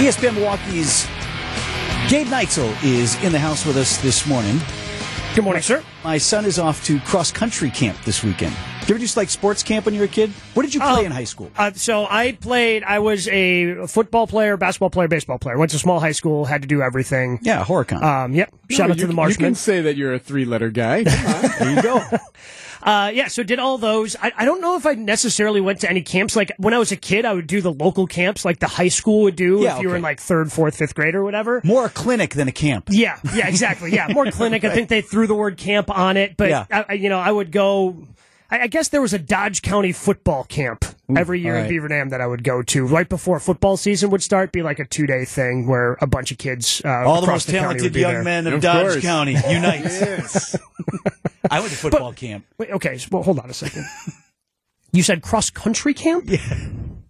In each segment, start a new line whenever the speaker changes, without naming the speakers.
ESPN Milwaukee's Gabe Neitzel is in the house with us this morning.
Good morning, sir.
My son is off to cross country camp this weekend. Did you ever do like sports camp when you were a kid? What did you play
Uh,
in high school?
Uh, so I played. I was a football player, basketball player, baseball player. Went to small high school, had to do everything.
Yeah, horicon.
Um, yep. Shout
No,
out to the
you- You can
Marshmen.
say that you're a three-letter guy.
there you go.
Uh, yeah. So did all those. I, I don't know if I necessarily went to any camps. Like when I was a kid, I would do the local camps, like the high school would do
Yeah,
if you were
okay.
in like third, fourth, fifth grade or whatever.
More a clinic than a camp.
Yeah, yeah, exactly. Yeah, more clinic. I think they threw the word camp on it, but
Yeah.
I, I- you know, I would go. I, I guess there was a Dodge County football camp every year
all right.
in Beaver Dam that I would go to right before football season would start. Be like a two day thing where a bunch of kids, uh,
All the most
across the county
talented
would be
young
there.
men of,
Of
Dodge
course.
County unite. I went to football camp.
Wait, okay, so, well, hold on a second. you said cross country camp. Yeah,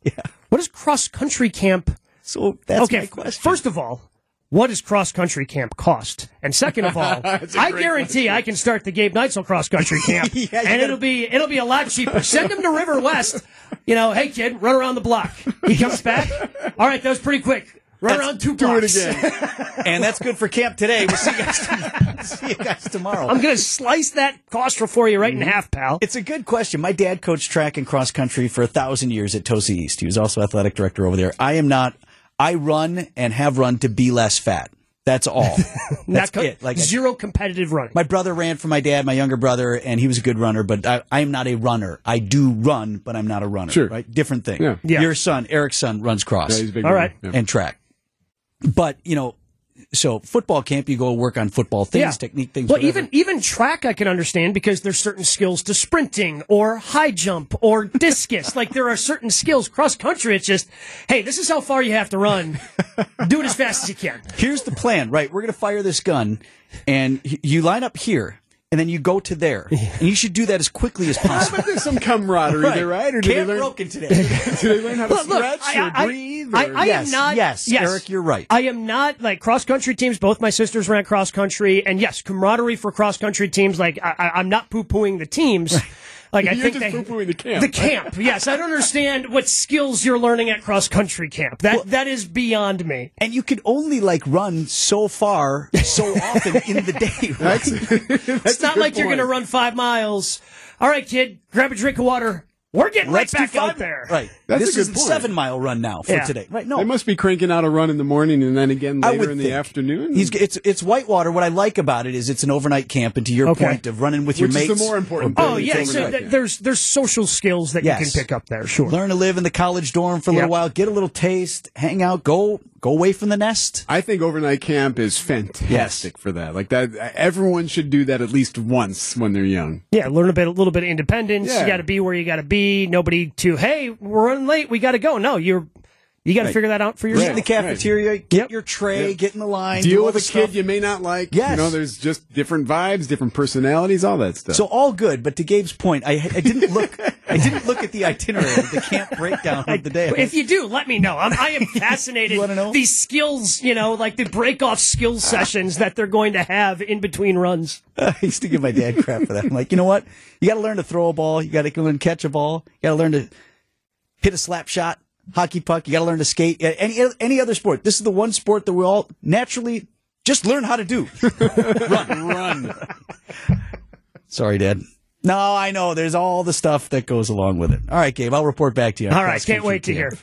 yeah. What is cross country camp?
So that's
okay,
my question.
first of all, what does cross country camp cost? And second of all,
That's a
I
great
guarantee I can start the Gabe Neitzel cross country camp,
Yeah, you
and
gotta-
it'll be it'll be a lot cheaper. Send him to River West. You know, hey kid, run around the block. He comes back. All right, that was pretty quick. Run around two
Do it
blocks.
again.
and that's good for camp today. We'll see you guys, see you guys tomorrow.
I'm gonna slice that cost for you
Mm-hmm.
right in half, pal.
It's a good question. My dad coached track and cross country for a thousand years at Tosi East. He was also athletic director over there. I am not. I run and have run to be less fat. That's all. That's
Not co-
it. Like I-
zero competitive running.
my brother ran for my dad, my younger brother, and he was a good runner. But I, I am not a runner. I do run, but I'm not a runner.
Sure.
Right? Different thing.
Yeah.
Yeah.
Your son, Eric's son, runs cross
Yeah, he's a big
All
one.
right.
Yeah.
and track. But you know, so football camp, you go work on football things, technique things.
Well,
whatever.
even even track, I can understand because there's certain skills to sprinting or high jump or discus. like there are certain skills. Cross country, it's just, hey, this is how far you have to run. Do it as fast as you can.
here's the plan, right? We're going to fire this gun, and y- you line up here, and then you go to there, and you should do that as quickly as
How
possible.
about there's some camaraderie there, right? Or do they
Camp
learn?
broken today.
Do they learn how to
Look, look,
stretch
I- I-
or breathe?
I-
or-
I-
yes,
am not-
yes,
yes.
Eric, you're right.
I am not like cross country teams. Both my sisters ran cross country, and yes, camaraderie for cross country teams. Like I, I, I'm not poo pooing the teams. Like I
You're
think they.
just poo-pooing the camp.
The camp, yes. I don't understand what skills you're learning at cross country camp. That that is beyond me.
and you can only like run so far, so often in the day. Right?
It's not like you're going to run five miles. All right, kid, grab a drink of water. We're getting
Let's
right
do
back
five
out there.
Right.
That's a
this
good
is the
point.
seven mile run now for
Yeah.
today. Right? No.
They must be cranking out a run in the morning and then again
I
later
would
in
think.
the afternoon.
He's, it's it's Whitewater. What I like about it is it's an overnight camp, and to your
Okay.
point of running with your
Which is
mates,
the more important
or
thing.
Oh
It's
yeah,
over
so
right
th-
there.
there's there's social skills that you
Yes.
can pick up there. Sure.
learn to live in the college dorm for a little
Yeah.
while, get a little taste, hang out, go go away from the nest.
I think overnight camp is fantastic for that. Like that, everyone should do that at least once when they're young.
Yeah, learn a bit, a little bit of independence. You
Yeah.
got to be where you got to be. Nobody to hey, we're running late. We got to go. No, you're you got to figure that out for
Eat in
yourself.
the cafeteria, get
Yep.
your tray, get in the line, do
Deal
all
with a
the
kid
stuff.
you may not like.
Yes.
You know, there's just different vibes, different personalities, all that stuff.
So all good, but to Gabe's point, I, I didn't look. I didn't look at the itinerary, the camp breakdown of the day.
If you do, let me know. I'm, I am fascinated.
You wanna know? Ah.
These skills, you know, like the break off skill sessions that they're going to have in between runs.
I used to give my dad crap for that. I'm like, you know what? You got to learn to throw a ball. You got to learn to catch a ball. You got to learn to hit a slap shot, hockey puck. You got to learn to skate. Yeah, Any any other sport. This is the one sport that we all naturally just learn how to do. run, run. Sorry, Dad. No, I know. There's all the stuff that goes along with it. All right, Gabe. I'll report back to you. on
All right,
cross-country
can't wait to
camp.
hear.